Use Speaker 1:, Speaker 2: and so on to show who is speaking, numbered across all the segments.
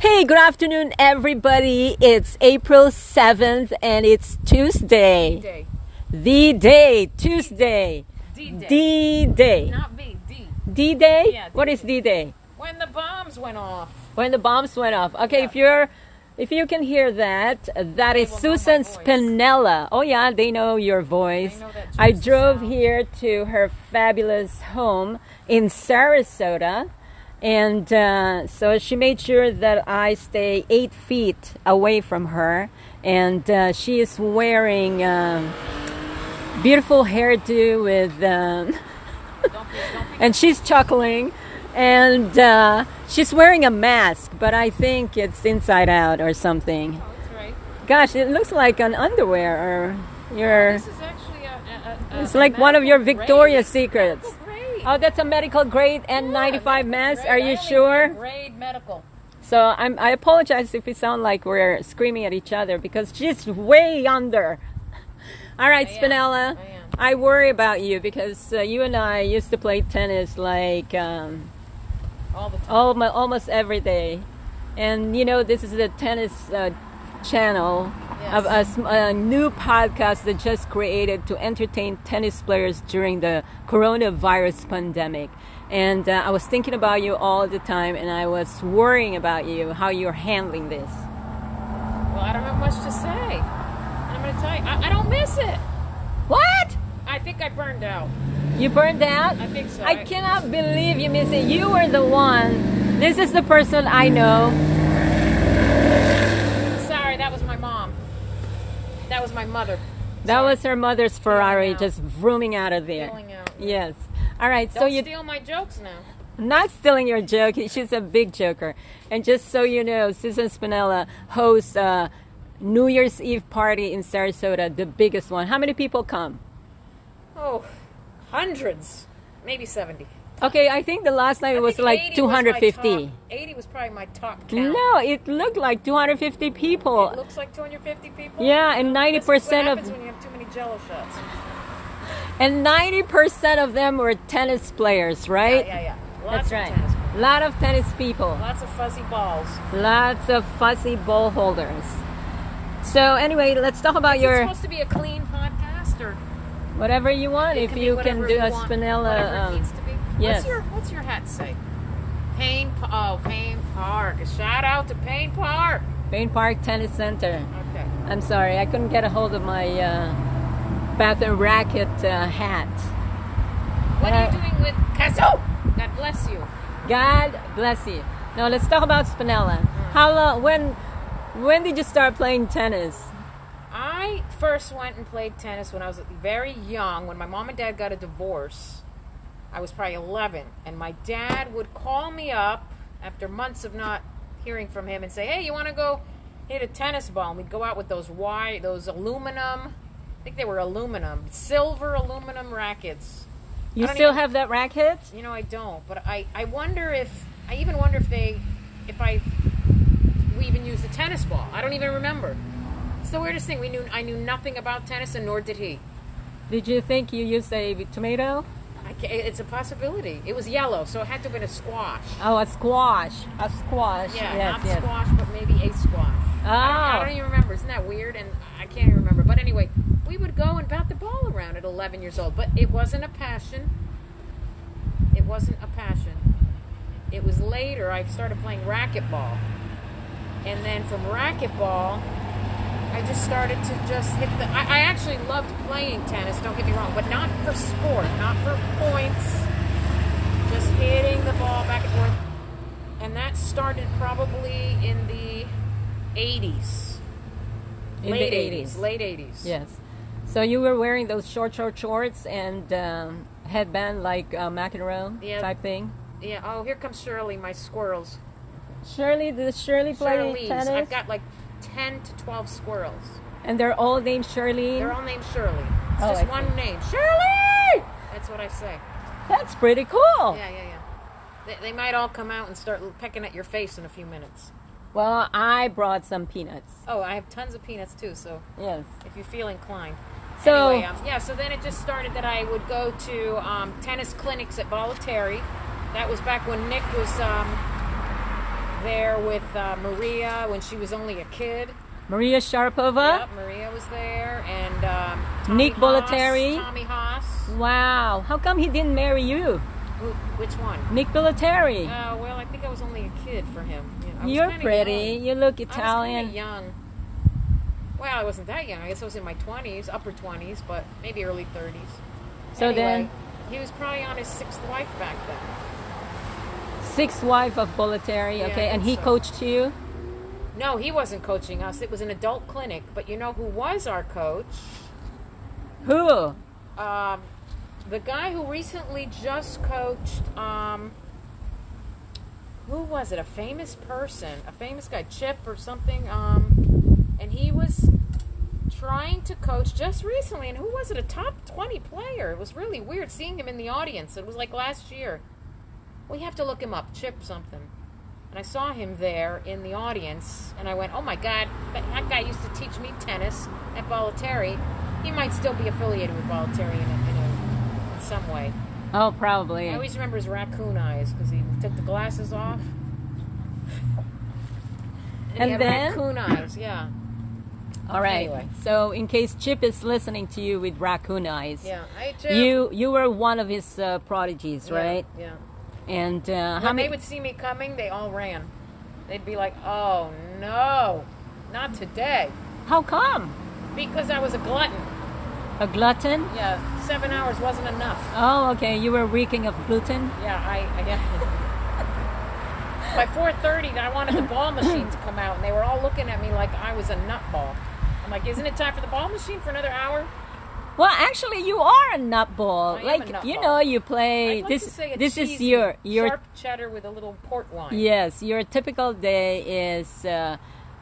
Speaker 1: Hey, good afternoon, everybody. It's April 7th and it's Tuesday. The
Speaker 2: D.
Speaker 1: day, Tuesday.
Speaker 2: D Day.
Speaker 1: D day.
Speaker 2: Not B. D.
Speaker 1: D day?
Speaker 2: Yeah,
Speaker 1: What is D day?
Speaker 2: When the bombs went off.
Speaker 1: When the bombs went off. Okay,
Speaker 2: Yeah.
Speaker 1: if you're. If you can hear that, that is
Speaker 2: will know my
Speaker 1: Susan
Speaker 2: voice.
Speaker 1: Spinella. Oh yeah, they know your voice.
Speaker 2: They know that
Speaker 1: I
Speaker 2: juicy
Speaker 1: drove
Speaker 2: sound.
Speaker 1: here to her fabulous home in Sarasota, and uh, so she made sure that I stay eight feet away from her. And uh, she is wearing um, beautiful hairdo with, um,
Speaker 2: Don't be, don't be.
Speaker 1: and she's chuckling, and uh, she's wearing a mask, but I think it's inside out or something.
Speaker 2: Oh, that's right.
Speaker 1: Gosh, it looks like an underwear or your.
Speaker 2: This is actually a. a, a
Speaker 1: It's
Speaker 2: a
Speaker 1: like one of your
Speaker 2: medical
Speaker 1: Victoria's
Speaker 2: grade.
Speaker 1: Secrets.
Speaker 2: Medical grade.
Speaker 1: Oh, that's a medical grade
Speaker 2: Yeah,
Speaker 1: N95
Speaker 2: medical
Speaker 1: mask.
Speaker 2: grade.
Speaker 1: Are
Speaker 2: I
Speaker 1: you
Speaker 2: only
Speaker 1: sure?
Speaker 2: Grade medical.
Speaker 1: So I'm. I apologize if we sound like we're screaming at each other because she's way under. All right,
Speaker 2: I am.
Speaker 1: Spinella.
Speaker 2: I am.
Speaker 1: I worry about you because uh, you and I used to play tennis like um,
Speaker 2: All the time.
Speaker 1: almost almost every day, and you know this is the tennis uh, channel of a,
Speaker 2: Yes.
Speaker 1: sm- a new podcast that just created to entertain tennis players during the coronavirus pandemic. And uh, I was thinking about you all the time, and I was worrying about you, how you're handling this.
Speaker 2: Well, I don't have much to say. I'm going to tell you. I, I don't miss it.
Speaker 1: What?
Speaker 2: I think I burned out.
Speaker 1: You burned out?
Speaker 2: I think so.
Speaker 1: I cannot believe you missed it. You were the one. This is the person I know.
Speaker 2: Sorry, that was my mom. That was my mother.
Speaker 1: That
Speaker 2: Sorry.
Speaker 1: was her mother's Ferrari
Speaker 2: out.
Speaker 1: just vrooming out of there.
Speaker 2: Feeling out.
Speaker 1: Yes. All right,
Speaker 2: Don't
Speaker 1: so you
Speaker 2: steal my jokes now.
Speaker 1: not stealing your joke. She's a big joker. And just so you know, Susan Spinella hosts a New Year's Eve party in Sarasota, the biggest one. How many people come?
Speaker 2: Oh, hundreds. Maybe 70.
Speaker 1: Okay, I think the last time it was like 250.
Speaker 2: 80 was probably my top count.
Speaker 1: no, it looked like 250 people.
Speaker 2: It looks like 250 people.
Speaker 1: yeah, and
Speaker 2: That's what
Speaker 1: 90%
Speaker 2: happens
Speaker 1: of
Speaker 2: when you have too many Jello shots.
Speaker 1: and 90% of them were tennis players, right?
Speaker 2: Oh, Yeah, yeah, yeah.
Speaker 1: That's
Speaker 2: Lots Of
Speaker 1: right.
Speaker 2: tennis.
Speaker 1: A lot of tennis people.
Speaker 2: Lots of fuzzy balls.
Speaker 1: Lots of fussy ball holders. So anyway, let's talk about
Speaker 2: Is
Speaker 1: your
Speaker 2: it supposed to be a clean podcast, or
Speaker 1: Whatever you want,
Speaker 2: it
Speaker 1: if
Speaker 2: can be
Speaker 1: you
Speaker 2: whatever
Speaker 1: can do
Speaker 2: we
Speaker 1: a
Speaker 2: want, whatever it
Speaker 1: spinella.
Speaker 2: needs
Speaker 1: Um,
Speaker 2: to be.
Speaker 1: yes.
Speaker 2: What's your What's your hat say? Payne. Pa- Oh, Payne Park. A shout out to Payne Park.
Speaker 1: Bain Park Tennis Center.
Speaker 2: Okay.
Speaker 1: I'm sorry, I couldn't get a hold of my uh, Bath and Racket uh, hat.
Speaker 2: What are
Speaker 1: Uh,
Speaker 2: you doing with Kazoo? God bless you.
Speaker 1: God bless you. Now let's talk about
Speaker 2: Mm.
Speaker 1: spinella. How long? When? When did you start playing tennis?
Speaker 2: I first went and played tennis when I was very young. When my mom and dad got a divorce, I was probably 11. And my dad would call me up after months of not hearing from him and say, Hey, you want to go hit a tennis ball? And we'd go out with those wire, those aluminum, I think they were aluminum, silver aluminum rackets.
Speaker 1: You
Speaker 2: I don't
Speaker 1: still
Speaker 2: even-
Speaker 1: have that racket?
Speaker 2: You know, I don't, but I, I wonder if, I even wonder if they, if I, we even used a tennis ball. I don't even remember. It's the weirdest thing. We knew, I knew nothing about tennis and nor did he.
Speaker 1: Did you think you used a tomato?
Speaker 2: I ca it's a possibility. It was yellow, so it had to have been a squash.
Speaker 1: Oh, a squash. A squash.
Speaker 2: Yeah,
Speaker 1: yes,
Speaker 2: not
Speaker 1: yes.
Speaker 2: squash, but maybe a squash. I, don't, I
Speaker 1: Oh.
Speaker 2: don't even remember. Isn't that weird? And I can't even remember. But anyway, we would go and bat the ball around at 11 years old. But it wasn't a passion. It wasn't a passion. It was later I started playing racquetball. And then from racquetball, I just started to just hit the. I, I actually loved playing tennis, don't get me wrong, but not for sport, not for points. Just hitting the ball back and forth. And that started probably in the 80s.
Speaker 1: In
Speaker 2: late
Speaker 1: the
Speaker 2: 80s. Late 80s.
Speaker 1: Yes. So you were wearing those short, short shorts and um, headband like uh, macaron
Speaker 2: Yeah.
Speaker 1: type thing.
Speaker 2: Yeah. Oh, here comes Shirley, my squirrels.
Speaker 1: Shirley, does Shirley play
Speaker 2: Shirley's.
Speaker 1: tennis?
Speaker 2: I've got like 10 to 12 squirrels.
Speaker 1: and they're all named Shirley.
Speaker 2: They're all named Shirley. It's
Speaker 1: Oh,
Speaker 2: just
Speaker 1: I
Speaker 2: one name.
Speaker 1: Shirley.
Speaker 2: That's what I say.
Speaker 1: That's pretty cool.
Speaker 2: Yeah, yeah, yeah. They, they might all come out and start pecking at your face in a few minutes.
Speaker 1: Well, I brought some peanuts.
Speaker 2: Oh, I have tons of peanuts too, so
Speaker 1: Yes.
Speaker 2: if you feel inclined.
Speaker 1: So-
Speaker 2: anyway, um, yeah, so then it just started that I would go to um, tennis clinics at Voluntary. That was back when Nick was um, there with uh, Maria when she was only a kid.
Speaker 1: Maria Sharapova.
Speaker 2: Yep, Maria was there, and um, Tommy
Speaker 1: Nick
Speaker 2: Haas-
Speaker 1: Bollettieri.
Speaker 2: Tommy Haas.
Speaker 1: Wow. How come he didn't marry you,
Speaker 2: Who, which one?
Speaker 1: Nick Biloteri?
Speaker 2: Oh well, I think I was only a kid for him. You know, I was
Speaker 1: You're
Speaker 2: kinda
Speaker 1: pretty.
Speaker 2: young.
Speaker 1: You look
Speaker 2: I was kinda
Speaker 1: Italian.
Speaker 2: young. Well, I wasn't that young. I guess I was in my twenties, upper twenties, but maybe early thirties.
Speaker 1: So
Speaker 2: Anyway, he was probably on his sixth wife back then.
Speaker 1: then, sixth wife of Bollettieri.
Speaker 2: Yeah, I
Speaker 1: okay, and he
Speaker 2: think so.
Speaker 1: coached you.
Speaker 2: No, he wasn't coaching us. It was an adult clinic. But you know who was our coach?
Speaker 1: Who?
Speaker 2: Um, the guy who recently just coached. Um, who was it? A famous person, a famous guy, Chip or something. Um, and he was trying to coach just recently. And who was it? A top twenty player. It was really weird seeing him in the audience. It was like last year. We have to look him up, Chip something. And I saw him there in the audience, and I went, "Oh my God, that, that guy used to teach me tennis at Bollettieri. He might still be affiliated with Bollettieri in, a, in, a, in some way."
Speaker 1: Oh, probably.
Speaker 2: I always remember his raccoon eyes because he took the glasses off. he
Speaker 1: And
Speaker 2: had
Speaker 1: then-
Speaker 2: raccoon eyes, yeah,
Speaker 1: All right.
Speaker 2: Anyway.
Speaker 1: So, in case Chip is listening to you with raccoon eyes,
Speaker 2: yeah. I just,
Speaker 1: you you were one of his uh, prodigies,
Speaker 2: yeah,
Speaker 1: right?
Speaker 2: Yeah.
Speaker 1: And uh, how
Speaker 2: When they
Speaker 1: many?
Speaker 2: would see me coming, they all ran. They'd be like, "Oh no, not today,"
Speaker 1: How come?
Speaker 2: because I was a glutton.
Speaker 1: A glutton?
Speaker 2: Yeah, seven hours wasn't enough.
Speaker 1: Oh, okay. You were reeking of gluten.
Speaker 2: Yeah, I, I definitely. By 4:30, I wanted the ball machine to come out, and they were all looking at me like I was a nutball. I'm like, isn't it time for the ball machine for another hour?
Speaker 1: Well, actually, you are a nutball.
Speaker 2: I am a
Speaker 1: like you
Speaker 2: nutball.
Speaker 1: know, you play.
Speaker 2: I'd like
Speaker 1: this
Speaker 2: to say a
Speaker 1: this is
Speaker 2: cheesy,
Speaker 1: your your
Speaker 2: sharp cheddar with a little port wine.
Speaker 1: Yes, your typical day is uh,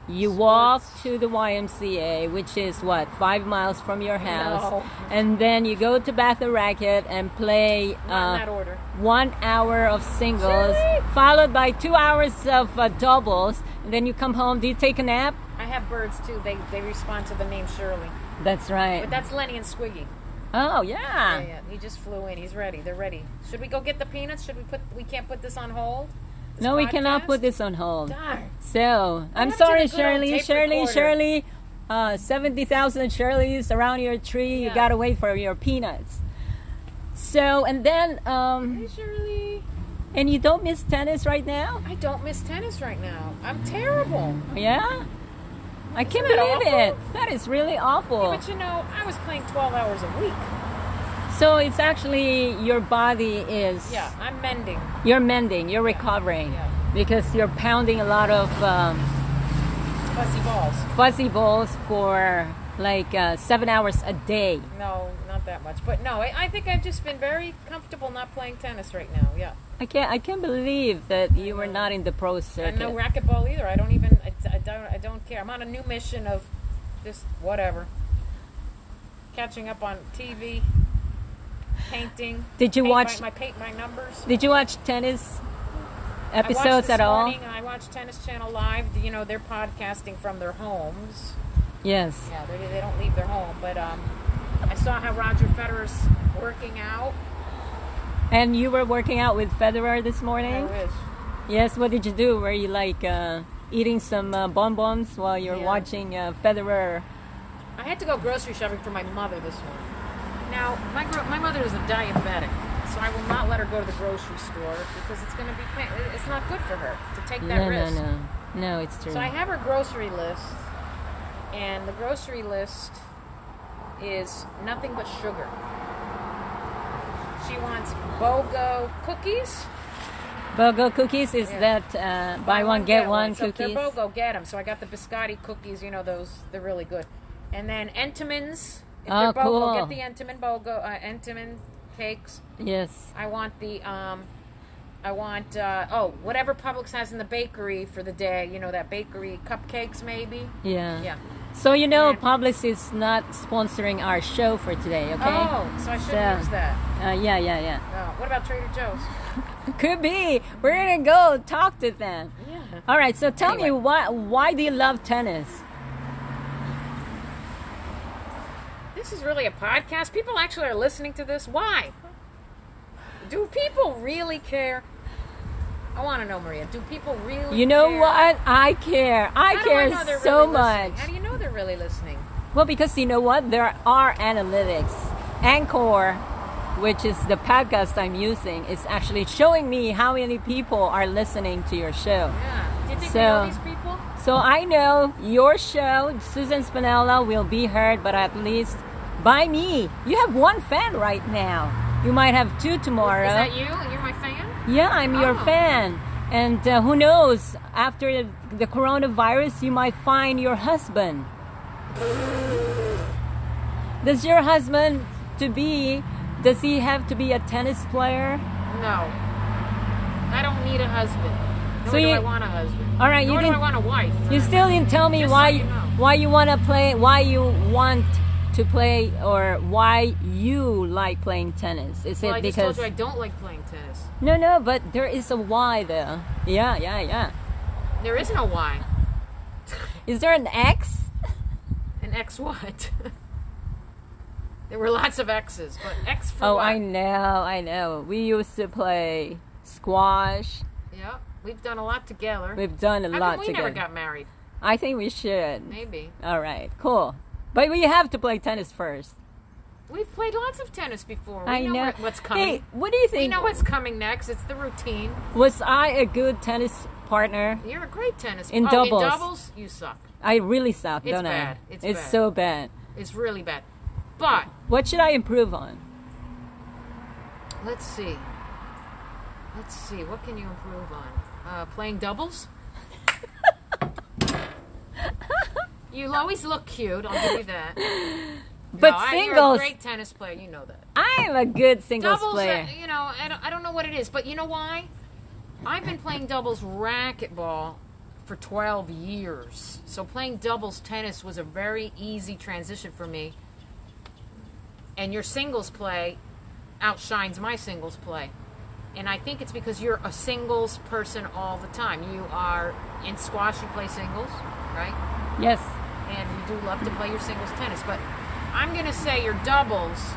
Speaker 1: you walk to the YMCA, which is what five miles from your house,
Speaker 2: No.
Speaker 1: and then you go to Bath and Racket and play
Speaker 2: Not in that
Speaker 1: uh,
Speaker 2: order.
Speaker 1: one hour of singles,
Speaker 2: Really?
Speaker 1: followed by two hours of uh, doubles, and then you come home. Do you take a nap?
Speaker 2: I have birds too. They they respond to the name Shirley,
Speaker 1: That's right.
Speaker 2: but that's Lenny and Squiggy.
Speaker 1: oh yeah.
Speaker 2: Yeah, yeah. He just flew in. He's ready. They're ready. Should we go get the peanuts? Should we put? We can't put this on hold. This
Speaker 1: No, we cannot
Speaker 2: podcast?
Speaker 1: put this on hold.
Speaker 2: Darn.
Speaker 1: So I'm
Speaker 2: happened to
Speaker 1: sorry,
Speaker 2: the good old
Speaker 1: Shirley,
Speaker 2: tape
Speaker 1: Shirley,
Speaker 2: recorder?
Speaker 1: Shirley. Uh, Seventy thousand Shirleys around your tree. You
Speaker 2: Yeah.
Speaker 1: gotta wait for your peanuts. So and then um,
Speaker 2: Hey, Shirley.
Speaker 1: and you don't miss tennis right now.
Speaker 2: I don't miss tennis right now. I'm terrible.
Speaker 1: Yeah, I can't
Speaker 2: that
Speaker 1: believe
Speaker 2: awful?
Speaker 1: it. That is really awful.
Speaker 2: But you know, I was playing 12 hours a week.
Speaker 1: So it's actually your body is
Speaker 2: Yeah, I'm mending.
Speaker 1: you're mending, you're recovering
Speaker 2: Yeah.
Speaker 1: because you're pounding a lot of um,
Speaker 2: Fuzzy balls.
Speaker 1: fuzzy balls for like uh, seven hours a day.
Speaker 2: No, not that much. But no, I, I think I've just been very comfortable not playing tennis right now. Yeah.
Speaker 1: I can't. I can't believe that you were not in the pro circuit.
Speaker 2: And no racquetball either. I don't even, I, I don't, I don't care. I'm on a new mission of just whatever. Catching up on TV, painting.
Speaker 1: Did you
Speaker 2: paint
Speaker 1: watch-
Speaker 2: My, my paint my numbers.
Speaker 1: Did you watch tennis
Speaker 2: I watched
Speaker 1: episodes
Speaker 2: this
Speaker 1: at all?
Speaker 2: morning, I watched Tennis Channel Live. You know, they're podcasting from their homes.
Speaker 1: Yes.
Speaker 2: Yeah, they, they don't leave their home. But um, I saw how Roger Federer's working out.
Speaker 1: And you were working out with Federer this
Speaker 2: I
Speaker 1: morning.
Speaker 2: wish.
Speaker 1: Yes. What did you do? Were you like uh, eating some uh, bonbons while you're
Speaker 2: Yeah.
Speaker 1: watching uh, Federer?
Speaker 2: I had to go grocery shopping for my mother this morning. Now, my, gro- my mother is a diabetic, so I will not let her go to the grocery store because it's going to be pain. it- It's not good for her to take that
Speaker 1: no,
Speaker 2: risk.
Speaker 1: no, no, no. It's true.
Speaker 2: So I have her grocery list, and the grocery list is nothing but sugar. She wants BOGO cookies.
Speaker 1: BOGO cookies is
Speaker 2: Yeah.
Speaker 1: that uh, buy, one, get, one
Speaker 2: So if
Speaker 1: cookies?
Speaker 2: They're BOGO, get them. So I got the biscotti cookies. You know those; they're really good. And then Entenmann's. If
Speaker 1: Oh,
Speaker 2: they're BOGO,
Speaker 1: cool.
Speaker 2: Get the Entenmann BOGO uh, Entenmann cakes.
Speaker 1: Yes.
Speaker 2: I want the um, I want uh, oh whatever Publix has in the bakery for the day. You know that bakery cupcakes maybe.
Speaker 1: Yeah.
Speaker 2: Yeah.
Speaker 1: So you know,
Speaker 2: And-
Speaker 1: Publix is not sponsoring our show for today. Okay.
Speaker 2: Oh, so I should
Speaker 1: So-
Speaker 2: not use that.
Speaker 1: Uh, yeah. Yeah. Yeah.
Speaker 2: Oh, what about Trader Joe's?
Speaker 1: Could be. We're gonna go talk to them.
Speaker 2: Yeah.
Speaker 1: All right. So tell me
Speaker 2: Anyway.
Speaker 1: why why do you love tennis?
Speaker 2: This is really a podcast. People actually are listening to this. Why? Do people really care? I want to know, Maria. Do people really?
Speaker 1: You know
Speaker 2: care?
Speaker 1: what? I care. I
Speaker 2: How do
Speaker 1: care
Speaker 2: know they're
Speaker 1: so
Speaker 2: really listening?
Speaker 1: much.
Speaker 2: How do you know they're really listening?
Speaker 1: Well, because you know what? There are analytics. Anchor, which is the podcast I'm using, is actually showing me how many people are listening to your show.
Speaker 2: Yeah. Do you think we
Speaker 1: So-
Speaker 2: know these people?
Speaker 1: So I know your show, Susan Spinella, will be heard, but at least by me. You have one fan right now. You might have two tomorrow.
Speaker 2: Is that you? You're my fan.
Speaker 1: Yeah, I'm your
Speaker 2: Oh.
Speaker 1: fan. And uh, who knows, after the coronavirus, you might find your husband. Does your husband to be, does he have to be a tennis player?
Speaker 2: No. I don't need a husband. Nor
Speaker 1: So
Speaker 2: do
Speaker 1: you-
Speaker 2: I want a husband.
Speaker 1: All right, you
Speaker 2: Nor do I
Speaker 1: didn't.
Speaker 2: want a wife.
Speaker 1: You still didn't tell me
Speaker 2: Just so
Speaker 1: why
Speaker 2: you know.
Speaker 1: why you want to play, why you want to play, or why you like playing tennis. Is
Speaker 2: Well,
Speaker 1: it
Speaker 2: I just
Speaker 1: because
Speaker 2: told you I don't like playing tennis.
Speaker 1: no, no? But there is a why there. Yeah, yeah, yeah.
Speaker 2: There is no why.
Speaker 1: Is there an X?
Speaker 2: An X what? there were lots of X's, but X for
Speaker 1: Oh,
Speaker 2: what?
Speaker 1: I know, I know. We used to play squash.
Speaker 2: Yeah, we've done a lot together.
Speaker 1: We've done a
Speaker 2: How
Speaker 1: lot
Speaker 2: come we
Speaker 1: together.
Speaker 2: never got married?
Speaker 1: I think we should.
Speaker 2: Maybe
Speaker 1: All right, cool. But we have to play tennis first.
Speaker 2: we've played lots of tennis before. We
Speaker 1: I
Speaker 2: know,
Speaker 1: know
Speaker 2: what- what's coming.
Speaker 1: Hey, what do you
Speaker 2: we
Speaker 1: think?
Speaker 2: know what's coming next. It's the routine.
Speaker 1: Was I a good tennis partner?
Speaker 2: You're a great tennis.
Speaker 1: In
Speaker 2: oh,
Speaker 1: doubles.
Speaker 2: in doubles, you suck.
Speaker 1: I really suck,
Speaker 2: It's
Speaker 1: don't
Speaker 2: bad.
Speaker 1: I?
Speaker 2: It's bad.
Speaker 1: so bad.
Speaker 2: It's really bad. But
Speaker 1: What should I improve on?
Speaker 2: let's see. Let's see. What can you improve on? Uh, playing doubles. you always look cute. I'll give you that.
Speaker 1: But
Speaker 2: No, I- You're a
Speaker 1: singles,
Speaker 2: great tennis player. You know that.
Speaker 1: I am a good singles
Speaker 2: doubles,
Speaker 1: player.
Speaker 2: uh, you know, I don't, I don't know what it is, but you know why? I've been playing doubles racquetball for 12 years. So playing doubles tennis was a very easy transition for me. And your singles play outshines my singles play. And I think it's because you're a singles person all the time. You are in squash, you play singles, right?
Speaker 1: Yes.
Speaker 2: and you do love to play your singles tennis. But I'm going to say your doubles.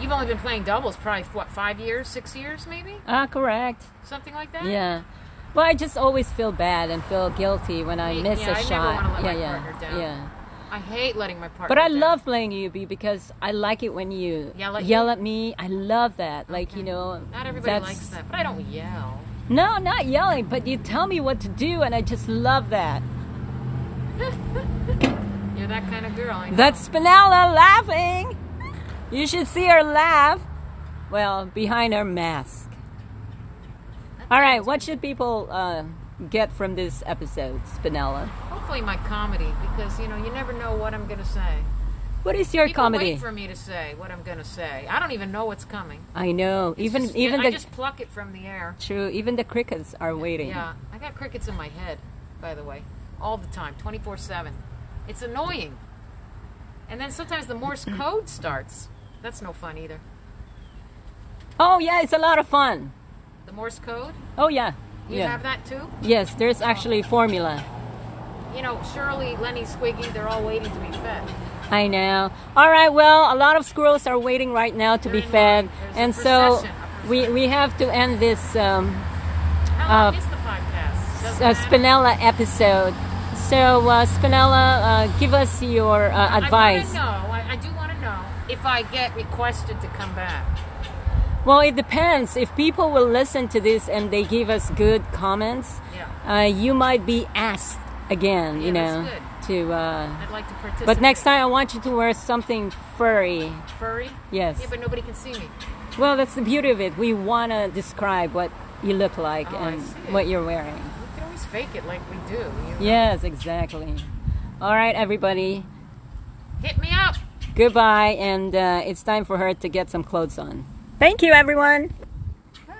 Speaker 2: You've only been playing doubles probably what five years, six years, maybe
Speaker 1: Ah, correct.
Speaker 2: something like that.
Speaker 1: Yeah. Well, I just always feel bad and feel guilty when I
Speaker 2: Yeah,
Speaker 1: miss
Speaker 2: I
Speaker 1: a
Speaker 2: never
Speaker 1: shot.
Speaker 2: wanna let
Speaker 1: yeah,
Speaker 2: my
Speaker 1: yeah,
Speaker 2: partner down.
Speaker 1: yeah.
Speaker 2: I hate letting my partner.
Speaker 1: But I
Speaker 2: down.
Speaker 1: love playing UB because I like it when you
Speaker 2: Yell at you?
Speaker 1: me. I love that. Like you know,
Speaker 2: Not everybody
Speaker 1: that's-
Speaker 2: likes that, but I don't yell.
Speaker 1: No, not yelling, but you tell me what to do, and I just love that.
Speaker 2: You're that kind of girl. I know.
Speaker 1: That's Spinella laughing. You should see her laugh. Well, behind her mask. All right, what should people uh, get from this episode, Spinella?
Speaker 2: hopefully my comedy because you know you never know what I'm going to say.
Speaker 1: What is your
Speaker 2: People
Speaker 1: comedy?
Speaker 2: wait for me to say what I'm going to say. I don't even know what's coming.
Speaker 1: I know.
Speaker 2: It's
Speaker 1: even
Speaker 2: just-
Speaker 1: even
Speaker 2: I
Speaker 1: the
Speaker 2: just pluck it from the air.
Speaker 1: true. Even the crickets are waiting.
Speaker 2: Yeah, I got crickets in my head, by the way, all the time, 24 7. It's annoying. And then sometimes the Morse code starts. That's no fun either.
Speaker 1: Oh yeah, it's a lot of fun.
Speaker 2: The Morse code,
Speaker 1: Oh yeah.
Speaker 2: you
Speaker 1: yeah.
Speaker 2: have that too?
Speaker 1: Yes, there's actually formula.
Speaker 2: You know, Shirley, Lenny, Squiggy, they're all waiting to be fed.
Speaker 1: I know. All right. Well, a lot of squirrels are waiting right now to be
Speaker 2: They're in
Speaker 1: fed,
Speaker 2: line. There's a
Speaker 1: and so
Speaker 2: procession, a
Speaker 1: we we have to end this um,
Speaker 2: How long
Speaker 1: Uh,
Speaker 2: is the podcast? Doesn't
Speaker 1: uh,
Speaker 2: matter.
Speaker 1: Spinella episode. So uh, Spinella, uh, give us your uh, advice.
Speaker 2: I want to know, I, I do want to know if I get requested to come back.
Speaker 1: Well, it depends. If people will listen to this and they give us good comments,
Speaker 2: Yeah.
Speaker 1: uh, you might be asked again. you
Speaker 2: Yeah,
Speaker 1: know,
Speaker 2: that's
Speaker 1: to. Uh,
Speaker 2: I'd like to participate.
Speaker 1: but next time, I want you to wear something furry.
Speaker 2: Furry?
Speaker 1: Yes.
Speaker 2: Yeah, but nobody can see me.
Speaker 1: Well, that's the beauty of it. We want to describe what you look like
Speaker 2: Oh, I
Speaker 1: and
Speaker 2: see.
Speaker 1: what you're wearing.
Speaker 2: We can always fake it like we do. You
Speaker 1: Yes, exactly. All right, everybody.
Speaker 2: Hit me up!
Speaker 1: Goodbye, and uh, it's time for her to get some clothes on. Thank you, everyone.